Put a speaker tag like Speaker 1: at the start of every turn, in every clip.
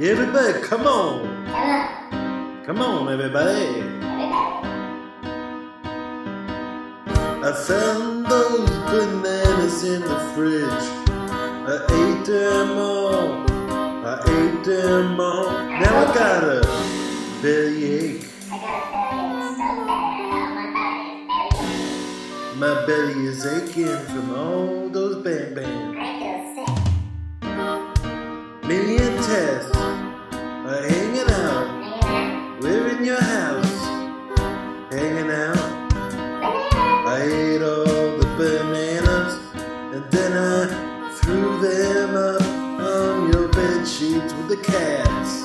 Speaker 1: Everybody, come on. Come on, everybody. I found those bananas in the fridge. I ate them all. I ate them all. Now I got a bellyache. My belly is aching from all those bang bang. Million tests are hanging out. We're in your house, hanging out. I ate all the bananas and then I threw them up on your bed sheets with the cats.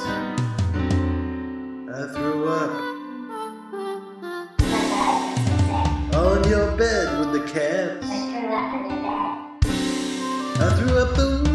Speaker 1: I threw up on your bed with the cats. I threw up the